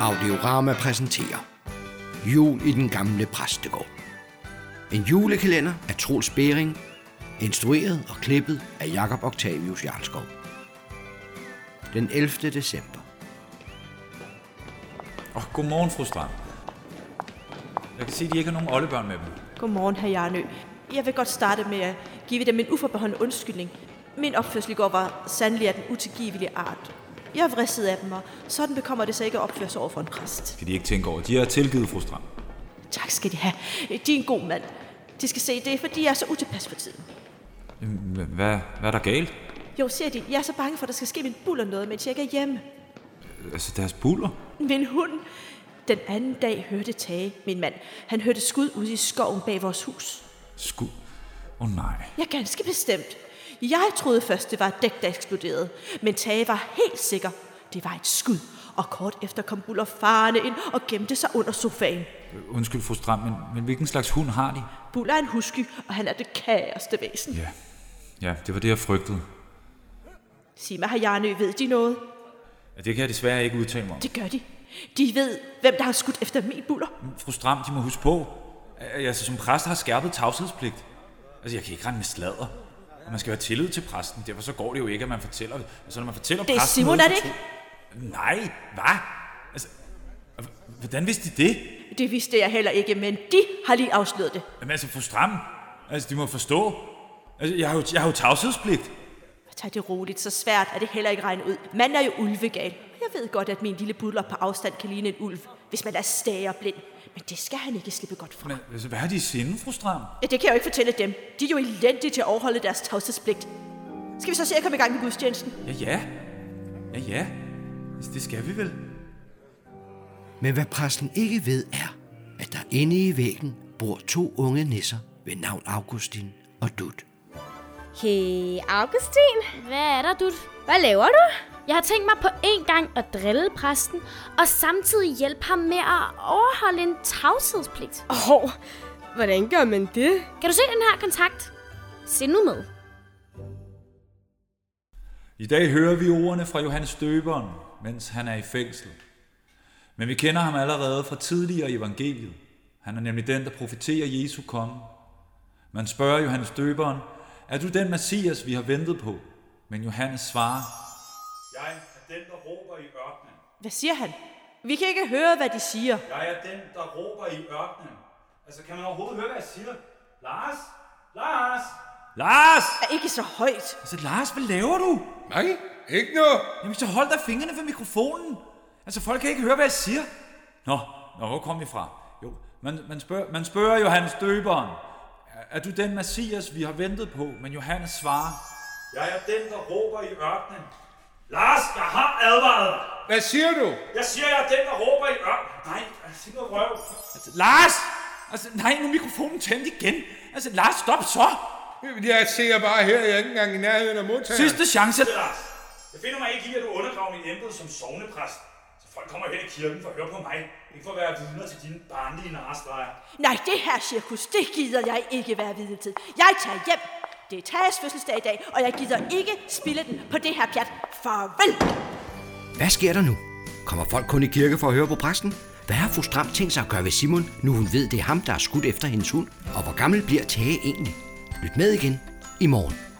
Audiorama præsenterer Jul i den gamle præstegård. En julekalender af Troels Bering, instrueret og klippet af Jakob Octavius Jarlskov. Den 11. december. Og godmorgen, fru Strand. Jeg kan se, at de ikke har nogen oldebørn med dem. Godmorgen, herr Jarnø. Jeg vil godt starte med at give dem en uforbeholden undskyldning. Min opførsel i går var sandelig af den utilgivelige art. Jeg er vristet af dem, og sådan bekommer det sig ikke at opføre sig over for en præst. Kan de ikke tænke over? De har tilgivet fru Strand. Tak skal de have. De er en god mand. De skal se det, er, fordi jeg er så utilpas for tiden. Jamen, hva- Hvad, hvad er der galt? Jo, ser de, jeg er så bange for, at der skal ske min buller noget, mens jeg ikke er hjemme. Altså, deres buller? Min hund. Den anden dag hørte Tage, min mand. Han hørte skud ude i skoven bag vores hus. Skud. Åh oh, nej. Ja, ganske bestemt. Jeg troede først, det var et dæk, der eksploderede, men Tage var helt sikker. Det var et skud, og kort efter kom Buller farne ind og gemte sig under sofaen. Undskyld, fru Strand, men, men hvilken slags hund har de? Buller er en husky, og han er det kæreste væsen. Ja. Ja, det var det, jeg frygtede. Sig mig, herr Jarnø, ved de noget? Ja, det kan jeg desværre ikke udtale mig om. Det gør de. De ved, hvem der har skudt efter min Buller. Fru Strand, de må huske på, at jeg som præst har skærpet tavshedspligt. Altså, jeg kan ikke rende med sladder. Og man skal have tillid til præsten. Derfor så går det jo ikke, at man fortæller... Altså, når man fortæller Det er præsten Simon, noget, er det så tro- Nej, hvad? Altså, h- hvordan vidste de det? Det vidste jeg heller ikke, men de har lige afsløret det. Jamen altså, fru Stram, altså, de må forstå. Altså, jeg har jo, jeg har jo tavshedspligt. Tag det roligt, så svært er det heller ikke regnet ud. Man er jo ulvegal. Og Jeg ved godt, at min lille budler på afstand kan ligne en ulv, hvis man er stægerblind. Men det skal han ikke slippe godt fra. Men altså, hvad har de i sinde, fru Stram? Ja, det kan jeg jo ikke fortælle dem. De er jo elendige til at overholde deres tavshedspligt. Skal vi så se at komme i gang med gudstjenesten? Ja, ja. Ja, ja. Altså, det skal vi vel. Men hvad præsten ikke ved er, at der inde i væggen bor to unge nisser ved navn Augustin og Dut. Hey, Augustin, Hvad er der, Dut? hvad laver du? Jeg har tænkt mig på en gang at drille præsten, og samtidig hjælpe ham med at overholde en tavshedspligt. Åh, oh, hvordan gør man det? Kan du se den her kontakt? Se nu med. I dag hører vi ordene fra Johannes Døberen, mens han er i fængsel. Men vi kender ham allerede fra tidligere i evangeliet. Han er nemlig den, der profiterer Jesu komme. Man spørger Johannes Døberen, er du den Messias, vi har ventet på? Men Johannes svarer, Jeg er den, der råber i ørkenen. Hvad siger han? Vi kan ikke høre, hvad de siger. Jeg er den, der råber i ørkenen. Altså, kan man overhovedet høre, hvad jeg siger? Lars? Lars? Lars! Er ikke så højt. Altså, Lars, hvad laver du? Nej, ikke noget. Jamen, så hold da fingrene fra mikrofonen. Altså, folk kan ikke høre, hvad jeg siger. Nå, nå hvor kom vi fra? Jo, man, man, spørger, man spørger Johannes Døberen. "Er- Er du den Messias, vi har ventet på? Men Johannes svarer. Jeg er den, der råber i ørkenen. Lars, jeg har advaret dig. Hvad siger du? Jeg siger, jeg er den, der råber i ørkenen. Nej, altså, ikke noget røv. Altså, Lars! Altså, nej, nu er mikrofonen tændt igen. Altså, Lars, stop så! Jeg ser bare her, jeg er ikke engang i nærheden af modtageren. Sidste chance. Det, Lars. Jeg finder mig ikke i, at du undergraver mit embede som sovnepræst. Så folk kommer hen i kirken for at høre på mig. Ikke for at være vidner til dine barnlige narstreger. Nej, det her cirkus, det gider jeg ikke være vidne til. Jeg tager hjem. Det er Tages fødselsdag i dag, og jeg gider ikke spille den på det her pjat. Farvel! Hvad sker der nu? Kommer folk kun i kirke for at høre på præsten? Hvad har fru Stram tænkt sig at gøre ved Simon, nu hun ved, det er ham, der er skudt efter hendes hund? Og hvor gammel bliver Tage egentlig? Lyt med igen i morgen.